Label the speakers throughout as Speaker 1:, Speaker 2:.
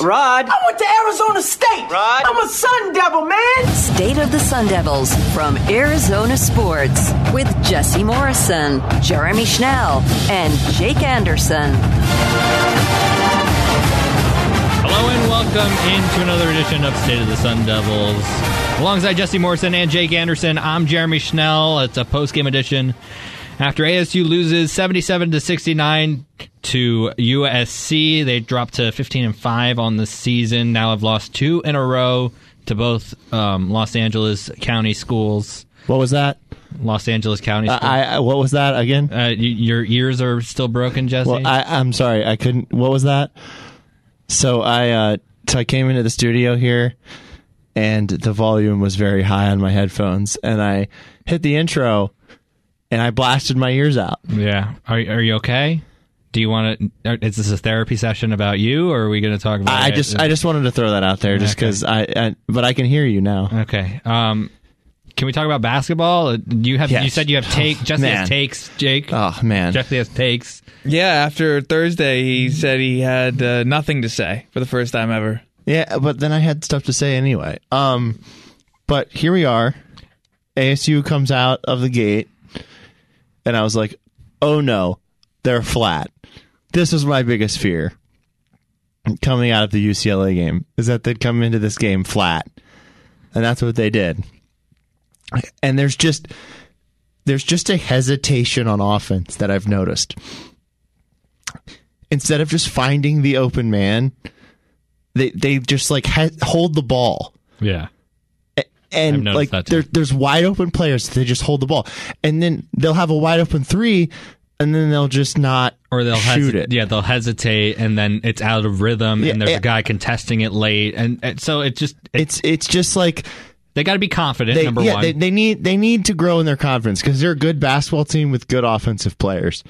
Speaker 1: Rod.
Speaker 2: I went to Arizona State.
Speaker 1: Rod?
Speaker 2: I'm a Sun Devil, man.
Speaker 3: State of the Sun Devils from Arizona Sports with Jesse Morrison, Jeremy Schnell, and Jake Anderson.
Speaker 4: Hello and welcome into another edition of State of the Sun Devils. Alongside Jesse Morrison and Jake Anderson, I'm Jeremy Schnell. It's a post-game edition. After ASU loses 77 to 69 to USC, they dropped to 15 and 5 on the season. Now have lost two in a row to both um, Los Angeles County schools.
Speaker 5: What was that?
Speaker 4: Los Angeles County schools.
Speaker 5: Uh, I, I what was that again?
Speaker 4: uh, y- your ears are still broken, Jesse.
Speaker 5: well, I, I'm sorry, I couldn't. What was that? So I uh, so I came into the studio here, and the volume was very high on my headphones, and I hit the intro, and I blasted my ears out.
Speaker 4: Yeah. Are are you okay? Do you want to? Is this a therapy session about you, or are we going to talk about?
Speaker 5: I, I just I just wanted to throw that out there, just
Speaker 4: Okay.
Speaker 5: because I, I. But I can hear you now.
Speaker 4: okay. Um, can we talk about basketball? Uh, You have you
Speaker 5: Yes.
Speaker 4: said you have take. Jesse
Speaker 5: Man.
Speaker 4: has takes. Jake.
Speaker 5: Oh man,
Speaker 4: Jesse has takes.
Speaker 6: Yeah, after Thursday, he said he had uh, nothing to say for the first time ever.
Speaker 5: Yeah, but then I had stuff to say anyway. Um, but here we are. ASU comes out of the gate, and I was like, "Oh no, they're flat." This was my biggest fear coming out of the UCLA game is that they'd come into this game flat, and that's what they did. And there's just there's just a hesitation on offense that I've noticed. Instead of just finding the open man, they they just like ha- hold the ball
Speaker 4: Yeah. I've
Speaker 5: and
Speaker 4: noticed
Speaker 5: like
Speaker 4: that too.
Speaker 5: there, there's wide open players they just hold the ball and then they'll have a wide open three and then they'll just not
Speaker 4: Or they'll
Speaker 5: shoot
Speaker 4: hesi-
Speaker 5: it
Speaker 4: Yeah, they'll hesitate, and then it's out of rhythm,
Speaker 5: Yeah,
Speaker 4: and there's
Speaker 5: yeah.
Speaker 4: a guy contesting it late, and, and so it just it,
Speaker 5: it's it's just like
Speaker 4: they got to be confident.
Speaker 5: they
Speaker 4: number
Speaker 5: yeah
Speaker 4: one.
Speaker 5: they, they need they need to grow in their confidence because they're a good basketball team with good offensive players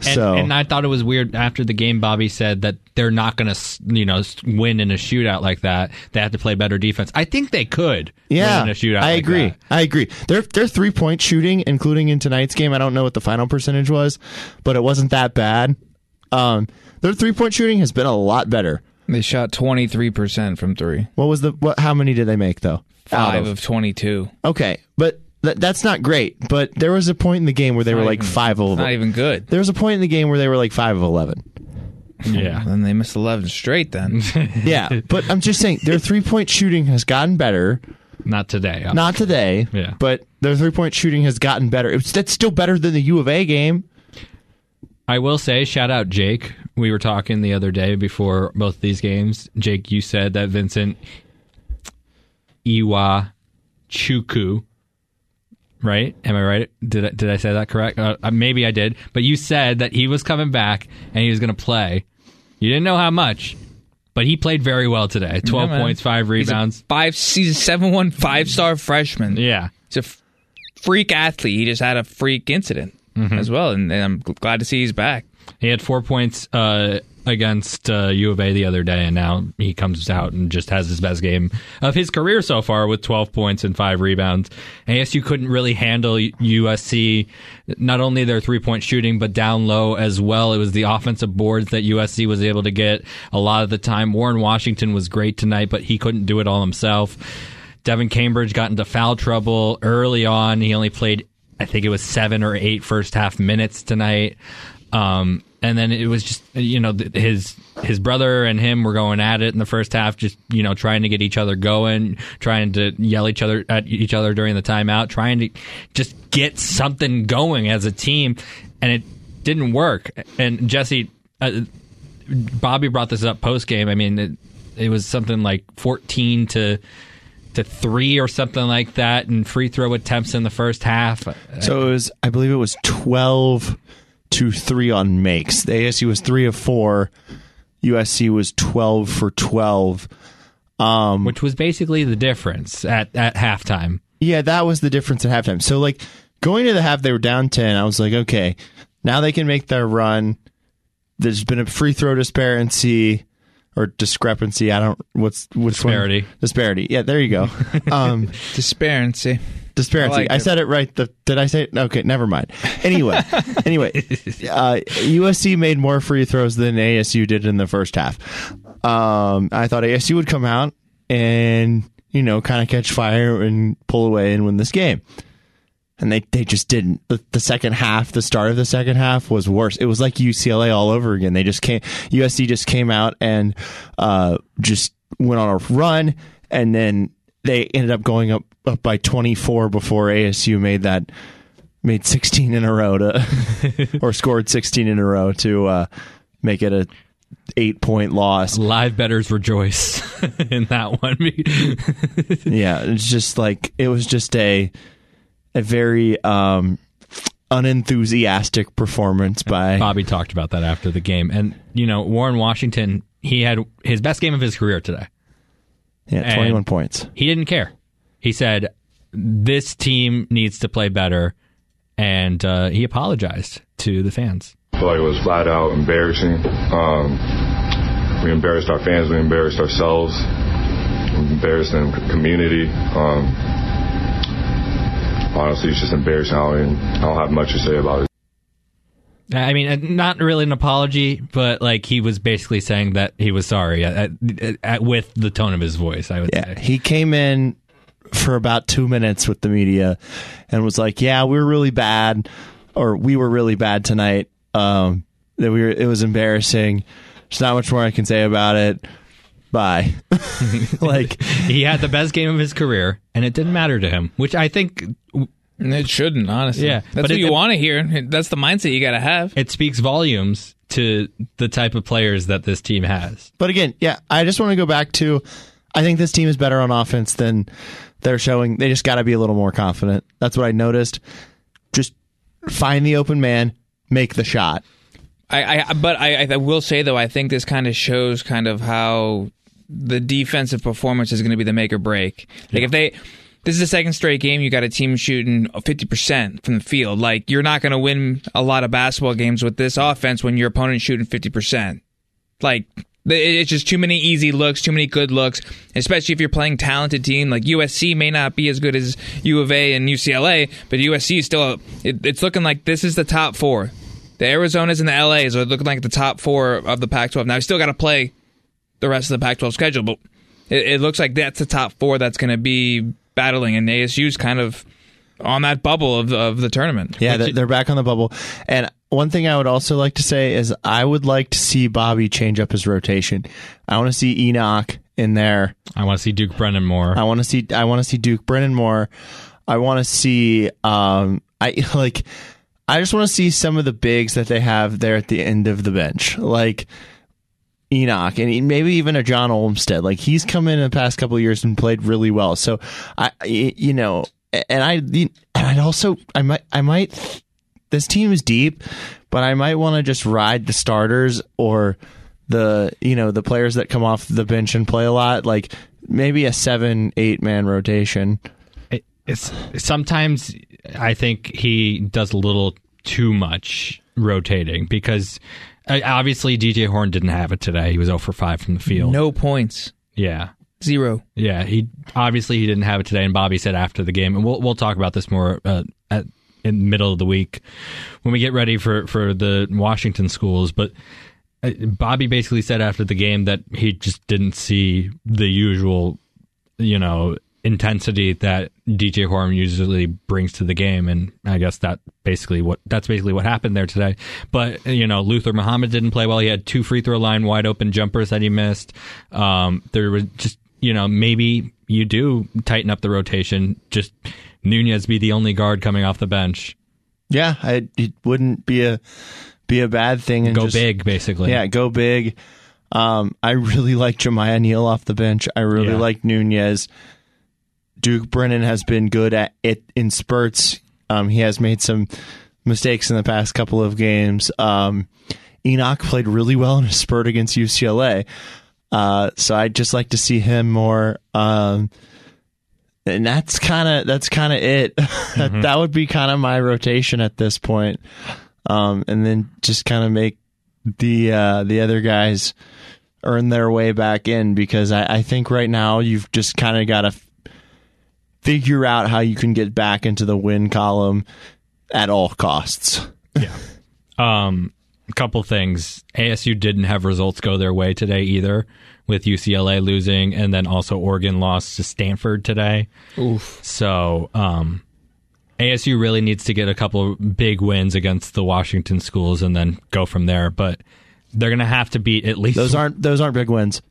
Speaker 4: And,
Speaker 5: so
Speaker 4: and I thought it was weird after the game. Bobby said that they're not going to, you know, s- win in a shootout like that. They have to play better defense. I think they could.
Speaker 5: yeah,
Speaker 4: win in a shootout.
Speaker 5: I
Speaker 4: like
Speaker 5: agree.
Speaker 4: that.
Speaker 5: I agree. Their their three point shooting, including in tonight's game, I don't know what the final percentage was, but it wasn't that bad. Um, their three point shooting has been a lot better.
Speaker 6: They shot 23% from three,
Speaker 5: What was the what? How many did they make though? Out
Speaker 6: five of 22.
Speaker 5: Okay, but th- that's not great. But there was a point in the game where they were like
Speaker 6: even-
Speaker 5: five of.
Speaker 6: Not even good.
Speaker 5: There was a point in the game where they were like five of eleven.
Speaker 4: Yeah.
Speaker 6: Then they missed 11 straight then.
Speaker 5: Yeah, but I'm just saying their three point shooting has gotten better.
Speaker 4: Not today. uh,
Speaker 5: Not today,
Speaker 4: Yeah.
Speaker 5: but their three point shooting has gotten better. It's, that's still better than the U of A game.
Speaker 4: I will say, shout out Jake. We were talking the other day before both these games. Jake, you said that Vincent Iwa Chuku, right? Am I right? Did I, did I say that correct? Uh, uh, maybe I did. But you said that he was coming back and he was going to play. You didn't know how much, but he played very well today. Twelve
Speaker 6: man.
Speaker 4: points, five
Speaker 6: He's a
Speaker 4: rebounds.
Speaker 6: Five, he's a 7 1 five star freshman.
Speaker 4: yeah.
Speaker 6: He's a f- freak athlete. He just had a freak incident
Speaker 4: Mm-hmm.
Speaker 6: as well. And, and I'm gl- glad to see he's back.
Speaker 4: He had four points uh, against uh, U of A the other day, and now he comes out and just has his best game of his career so far with 12 points and five rebounds. ASU couldn't really handle USC, not only their three point shooting, but down low as well. It was the offensive boards that USC was able to get a lot of the time. Warren Washington was great tonight, but he couldn't do it all himself. Devin Cambridge got into foul trouble early on. He only played, I think it was seven or eight first half minutes tonight. Um, and then it was just you know th- his his brother and him were going at it in the first half, just you know trying to get each other going, trying to yell each other at each other during the timeout, trying to just get something going as a team, and it didn't work. And Jesse, uh, Bobby brought this up post game. I mean, it, it was something like fourteen to to three or something like that, and free throw attempts in the first half.
Speaker 5: So it was, I believe it was 12 to 3 on makes. The ASU was 3 of 4. USC was 12 for 12.
Speaker 4: which was basically the difference at, at halftime.
Speaker 5: Yeah, that was the difference at halftime. So, like, going to the half, they were down 10. I was like, okay, now they can make their run. There's been a free throw disparity or discrepancy. I don't, what's, which
Speaker 4: Disparity.
Speaker 5: One? Disparity. Yeah, there you go. Um,
Speaker 6: Disparity.
Speaker 5: disparity.
Speaker 6: I
Speaker 5: I,
Speaker 6: like it.
Speaker 5: said it right. The, did I say it? Okay, never mind. Anyway, anyway, uh, USC made more free throws than ASU did in the first half. Um, I thought ASU would come out and you know kind of catch fire and pull away and win this game, and they they just didn't. The, the second half, the start of the second half was worse. It was like UCLA all over again. They just came USC just came out and uh, just went on a run, and then they ended up going up up by twenty four before ASU made that made 16 in a row to or scored 16 in a row to uh, make it a eight point loss
Speaker 4: Live betters rejoice in that one.
Speaker 5: yeah it's just like it was just a a very um unenthusiastic performance by
Speaker 4: Bobby talked about that after the game. And, you know, Warren Washington, he had his best game of his career today.
Speaker 5: yeah, 21 points
Speaker 4: He didn't care. He said, this team needs to play better. And uh, he apologized to the fans.
Speaker 1: feel like it was flat out embarrassing. Um, we embarrassed our fans, we embarrassed ourselves, we embarrassed the community. Um, honestly, it's just embarrassing. I don't, even, I don't have much to say about it.
Speaker 4: I mean, uh, not really an apology, but like he was basically saying that he was sorry uh, at, at, at, with the tone of his voice, I would
Speaker 5: Yeah,
Speaker 4: say.
Speaker 5: he came in for about two minutes with the media and was like, "Yeah, we were really bad, or we were really bad tonight. Um, that we were, it was embarrassing. There's not much more I can say about it. Bye." like,
Speaker 4: He had the best game of his career, and it didn't matter to him, which I think
Speaker 6: And It shouldn't, honestly.
Speaker 4: Yeah,
Speaker 6: that's
Speaker 4: but
Speaker 6: what
Speaker 4: it-
Speaker 6: you want to hear. That's the mindset you got to have.
Speaker 4: it speaks volumes to the type of players that this team has.
Speaker 5: but again, yeah, I just want to go back to. I think this team is better on offense than they're showing. They just got to be a little more confident. That's what I noticed. Just find the open man, make the shot.
Speaker 6: I, I but I, I will say though, I think this kind of shows kind of how the defensive performance is going to be the make or break. Like if they. This is the second straight game you got a team shooting 50% from the field. Like, you're not going to win a lot of basketball games with this offense when your opponent's shooting 50%. Like, th- it's just too many easy looks, too many good looks, especially if you're playing talented team. Like, USC may not be as good as U of A and UCLA, but USC is still, it, it's looking like this is the top four. The Arizonas and the LAs are looking like the top four of the Pac 12. Now, we still got to play the rest of the Pac 12 schedule, but it, it looks like that's the top four that's going to be battling, and ASU's kind of on that bubble of, of the tournament.
Speaker 5: Yeah, they're, they're back on the bubble. And one thing I would also like to say is I would like to see Bobby change up his rotation. I want to see Enoch in there.
Speaker 4: I want to see Duke Brennan more.
Speaker 5: I want to see I want to see Duke Brennan more. I want to see um I like I just want to see some of the bigs that they have there at the end of the bench. Like Enoch and e, maybe even a John Olmstead. Like he's come in the past couple of years and played really well. So I I- you know and I and I'd also I might I might this team is deep, but I might want to just ride the starters or the you know the players that come off the bench and play a lot, like maybe a seven eight man rotation.
Speaker 4: It- it's sometimes I think he does a little too much rotating because uh, obviously DJ Horn didn't have it today. He was 0 for 5 from the field.
Speaker 6: No points,
Speaker 4: Yeah.
Speaker 6: zero.
Speaker 4: Yeah, he obviously he didn't have it today, and Bobby said after the game, and we'll we'll talk about this more uh, at in the middle of the week when we get ready for for the Washington schools. But uh, Bobby basically said after the game that he just didn't see the usual, you know, intensity that DJ Horn usually brings to the game, and I guess that basically what that's basically what happened there today. But you know, Luther Muhammad didn't play well. He had two free throw line wide open jumpers that he missed. Um, there was just you know maybe you do tighten up the rotation. Just Nunez be the only guard coming off the bench.
Speaker 5: Yeah, I, it wouldn't be a be a bad thing. And
Speaker 4: Go
Speaker 5: just-
Speaker 4: big, basically.
Speaker 5: Yeah, go big. Um, I really like Jemiah Neal off the bench. I really
Speaker 4: Yeah.
Speaker 5: like Nunez. Duke Brennan has been good at it in spurts. Um, he has made some mistakes in the past couple of games. Um, Enoch played really well in a spurt against UCLA. Uh, so I'd just like to see him more. Um, and that's kind of that's kind of it. that, that would be kind of my rotation at this point. Um, and then just kind of make the uh, the other guys earn their way back in because I, I think right now you've just kind of got to f- figure out how you can get back into the win column at all costs.
Speaker 4: Um, couple things. ASU didn't have results go their way today either, with UCLA losing and then also Oregon lost to Stanford today. Oof. So um, ASU really needs to get a couple big wins against the Washington schools and then go from there. But they're going to have to beat at least
Speaker 5: Those aren't those aren't big wins.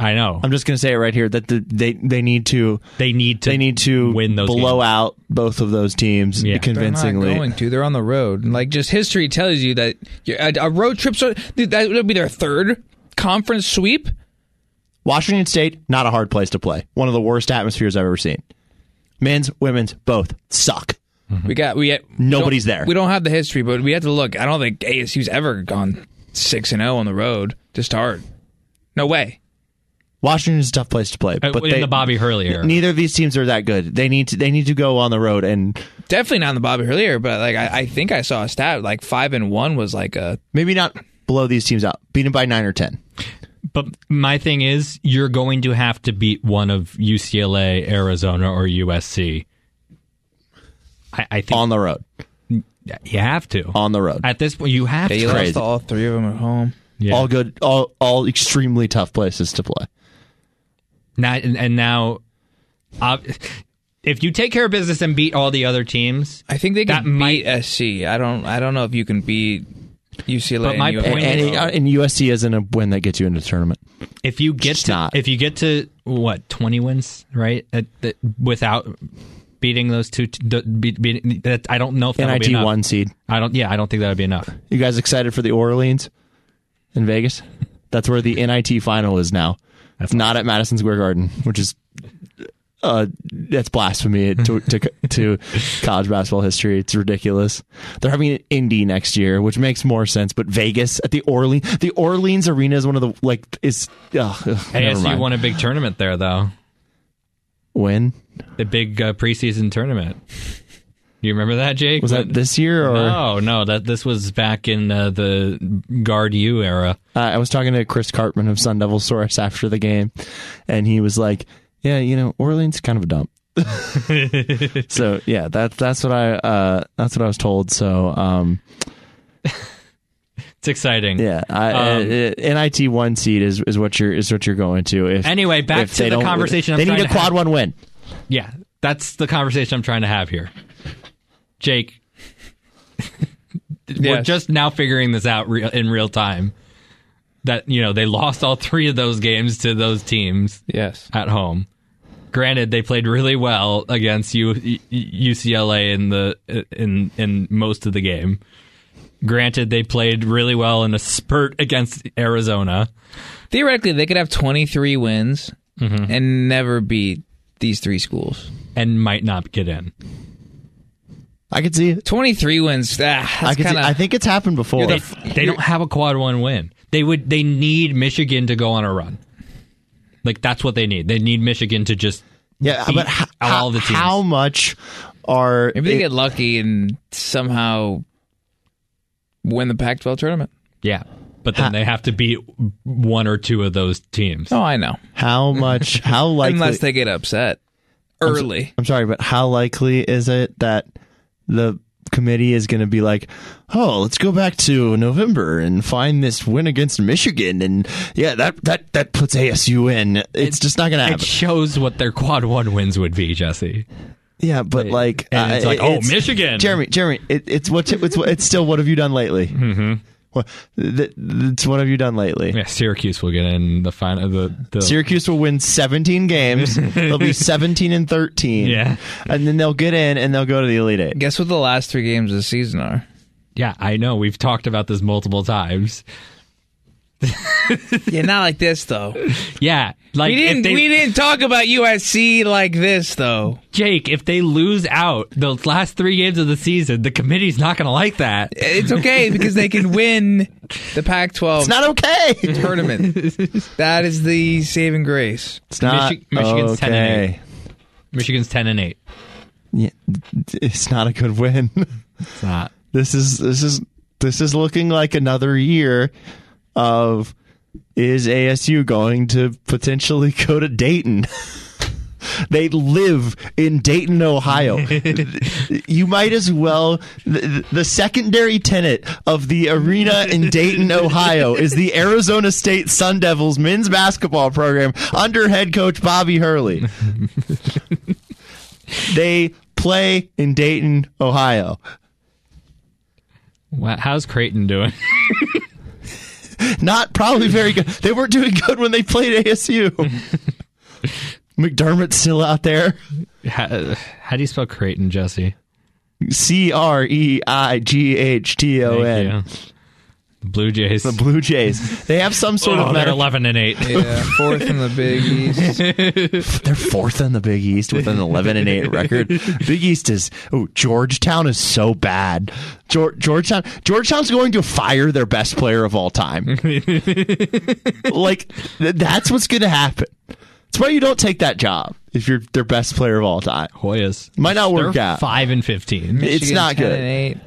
Speaker 4: I know
Speaker 5: I'm just gonna say it right here that the, they they need to
Speaker 4: they need to
Speaker 5: they need to
Speaker 4: win those
Speaker 5: blow
Speaker 4: games.
Speaker 5: out both of those teams
Speaker 4: Yeah.
Speaker 5: convincingly.
Speaker 6: They're not going to. They're on the road. And, Like just history tells you that you're- a, a road trip. So dude, that would be their third conference sweep.
Speaker 5: Washington State, not a hard place to play. One of the worst atmospheres I've ever seen. Men's, women's, both suck.
Speaker 6: We got we had,
Speaker 5: Nobody's
Speaker 6: don't-
Speaker 5: there.
Speaker 6: We don't have the history, but we have to look. I don't think ASU's ever gone six and zero on the road to start. No way.
Speaker 5: Washington is a tough place to play,
Speaker 4: Uh,
Speaker 5: but
Speaker 4: in
Speaker 5: they,
Speaker 4: the Bobby Hurley era.
Speaker 5: neither of these teams are that good. They need to they need to go on the road and
Speaker 6: Definitely not in the Bobby Hurley era, but like I, I think I saw a stat like five and one was like a
Speaker 5: maybe not blow these teams out. Beat them by nine or ten.
Speaker 4: But my thing is, you're going to have to beat one of UCLA, Arizona, or USC. I, I think
Speaker 5: On the road.
Speaker 4: you have to.
Speaker 5: On the road.
Speaker 4: At this point, you have
Speaker 6: they
Speaker 4: to.
Speaker 6: lost
Speaker 5: crazy.
Speaker 6: to all three of them at home.
Speaker 4: Yeah.
Speaker 5: All good all all extremely tough places to play.
Speaker 4: Now, and, and now, uh, if you take care of business and beat all the other teams,
Speaker 6: I think they
Speaker 4: That
Speaker 6: can beat
Speaker 4: might-
Speaker 6: SC. I don't. I don't know if you can beat UCLA.
Speaker 4: But
Speaker 6: and
Speaker 4: my
Speaker 6: UFL.
Speaker 4: point
Speaker 5: And, and USC isn't a win that gets you into the tournament.
Speaker 4: if you get
Speaker 5: Just
Speaker 4: to
Speaker 5: not.
Speaker 4: if you get to what twenty wins, right? At the, without beating those two, t- the, be, be, that, I don't know if that'll be
Speaker 5: NIT
Speaker 4: enough.
Speaker 5: one seed.
Speaker 4: I don't. Yeah, I don't think that would be enough.
Speaker 5: You guys excited for the Orleans in Vegas? That's where the NIT final is now. That's not at Madison Square Garden, which is uh, that's blasphemy to, to to college basketball history. It's ridiculous. They're having an Indy next year, which makes more sense. But Vegas at the Orleans, the Orleans Arena is one of the like is ugh, ugh, never
Speaker 4: ASU
Speaker 5: mind.
Speaker 4: won a big tournament there, though.
Speaker 5: When
Speaker 4: the big uh, preseason tournament. Do you remember that, Jake?
Speaker 5: was that
Speaker 4: When-
Speaker 5: this year or
Speaker 4: No, no. That this was back in uh, the guard U era.
Speaker 5: Uh, I was talking to Chris Cartman of Sun Devil Source after the game, and he was like, "Yeah, you know, Orleans kind of a dump." so yeah, that's that's what I uh, that's what I was told. So um,
Speaker 4: It's exciting.
Speaker 5: yeah, I,
Speaker 4: Um,
Speaker 5: uh, uh, nit one seed is, is what you're is what you're going to. If
Speaker 4: Anyway, back
Speaker 5: if
Speaker 4: to
Speaker 5: they
Speaker 4: the
Speaker 5: don't-
Speaker 4: conversation I'm
Speaker 5: They need
Speaker 4: trying
Speaker 5: a
Speaker 4: to
Speaker 5: quad
Speaker 4: have.
Speaker 5: one win.
Speaker 4: Yeah, that's the conversation I'm trying to have here. Jake, we're
Speaker 6: Yes.
Speaker 4: just now figuring this out real in real time. That you know they lost all three of those games to those teams
Speaker 6: yes.
Speaker 4: at home. Granted, they played really well against U- U- UCLA in the in in most of the game. Granted, they played really well in a spurt against Arizona.
Speaker 6: Theoretically, they could have 23 wins
Speaker 5: Mm-hmm.
Speaker 6: and never beat these three schools.
Speaker 4: and might not get in.
Speaker 5: I could see. It.
Speaker 6: 23 wins. Ah, that's
Speaker 5: I could.
Speaker 6: kinda,
Speaker 5: see, I think it's happened before.
Speaker 4: They, they don't have a quad one win. They would they need Michigan to go on a run. Like that's what they need. They need Michigan to just
Speaker 5: yeah,
Speaker 4: beat
Speaker 5: but ho-
Speaker 4: all the teams.
Speaker 5: how much are
Speaker 6: maybe they
Speaker 5: it-
Speaker 6: get lucky and somehow win the Pac-12 tournament.
Speaker 4: yeah. But then they have to beat one or two of those teams.
Speaker 6: Oh, I know.
Speaker 5: how much how likely
Speaker 6: Unless they get upset early.
Speaker 5: I'm sorry, but how likely is it that the committee is going to be like, "Oh, let's go back to November and find this win against Michigan," and yeah, that that that puts ASU in. It's just not going to
Speaker 4: It
Speaker 5: happen.
Speaker 4: shows what their quad one wins would be, Jesse.
Speaker 5: yeah, but like,
Speaker 4: and it's like, oh, Michigan.
Speaker 5: Jeremy, Jeremy, it, it's what it's what it's still. What have you done lately? Mm-hmm. What, th- it's what have you done lately?
Speaker 4: Yeah, Syracuse will get in the final. The, the
Speaker 5: Syracuse will win 17 games. they'll be 17 and 13.
Speaker 4: Yeah.
Speaker 5: and then they'll get in and they'll go to the Elite Eight.
Speaker 6: Guess what the last three games of the season are?
Speaker 4: yeah, I know. We've talked about this multiple times.
Speaker 6: yeah, not like this though.
Speaker 4: Yeah, like
Speaker 6: We
Speaker 4: if
Speaker 6: didn't.
Speaker 4: they-
Speaker 6: we didn't talk about USC like this though.
Speaker 4: Jake, if they lose out the last three games of the season, the committee's not going to like that.
Speaker 6: It's okay because they can win the Pac-12
Speaker 5: It's not okay.
Speaker 6: tournament. that is the saving grace.
Speaker 5: It's not
Speaker 4: Michi- Michigan's 10 and
Speaker 5: okay.
Speaker 4: Michigan's ten and eight.
Speaker 5: Yeah, it's not a good win.
Speaker 4: It's not.
Speaker 5: this is this is this is looking like another year of is ASU going to potentially go to Dayton? They live in Dayton, Ohio. you might as well. The, the secondary tenant of the arena in Dayton, Ohio, is the Arizona State Sun Devils men's basketball program under head coach Bobby Hurley. they play in Dayton, Ohio.
Speaker 4: Wow, how's Creighton doing?
Speaker 5: Not probably very good. They weren't doing good when they played ASU. McDermott's still out there.
Speaker 4: how, how do you spell Creighton, Jesse?
Speaker 5: C R E I G H T O
Speaker 4: Thank
Speaker 5: N.
Speaker 4: you. The Blue Jays.
Speaker 5: The Blue Jays. They have some sort
Speaker 4: oh,
Speaker 5: of
Speaker 4: they're
Speaker 5: medical.
Speaker 4: eleven and eight.
Speaker 6: Yeah, fourth in the Big East.
Speaker 5: They're fourth in the Big East with an 11 and 8 record. Big East is oh Georgetown is so bad. Geor- Georgetown Georgetown's going to fire their best player of all time. like th- that's what's going to happen. That's why you don't take that job if you're their best player of all time.
Speaker 4: Hoyas
Speaker 5: Might not
Speaker 4: They're
Speaker 5: work out.
Speaker 4: five and fifteen.
Speaker 5: It's
Speaker 6: Michigan
Speaker 5: not
Speaker 6: 10
Speaker 5: good.
Speaker 6: and eight.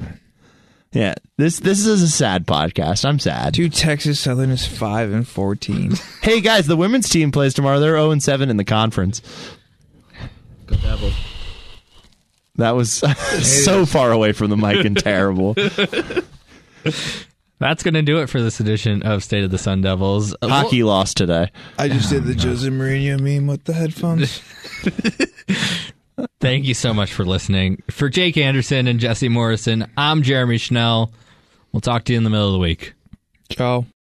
Speaker 5: Yeah, this this is a sad podcast. I'm sad.
Speaker 6: Dude, Texas Southern is five and fourteen.
Speaker 5: Hey guys, the women's team plays tomorrow. They're 0 and 7 in the conference. That was so far away from the mic and terrible.
Speaker 4: That's going to do it for this edition of State of the Sun Devils. Uh, we'll-
Speaker 5: Hockey lost today.
Speaker 6: I just did the Jose Mourinho meme with the headphones.
Speaker 4: Thank you so much for listening. For Jake Anderson and Jesse Morrison, I'm Jeremy Schnell. We'll talk to you in the middle of the week.
Speaker 6: Ciao.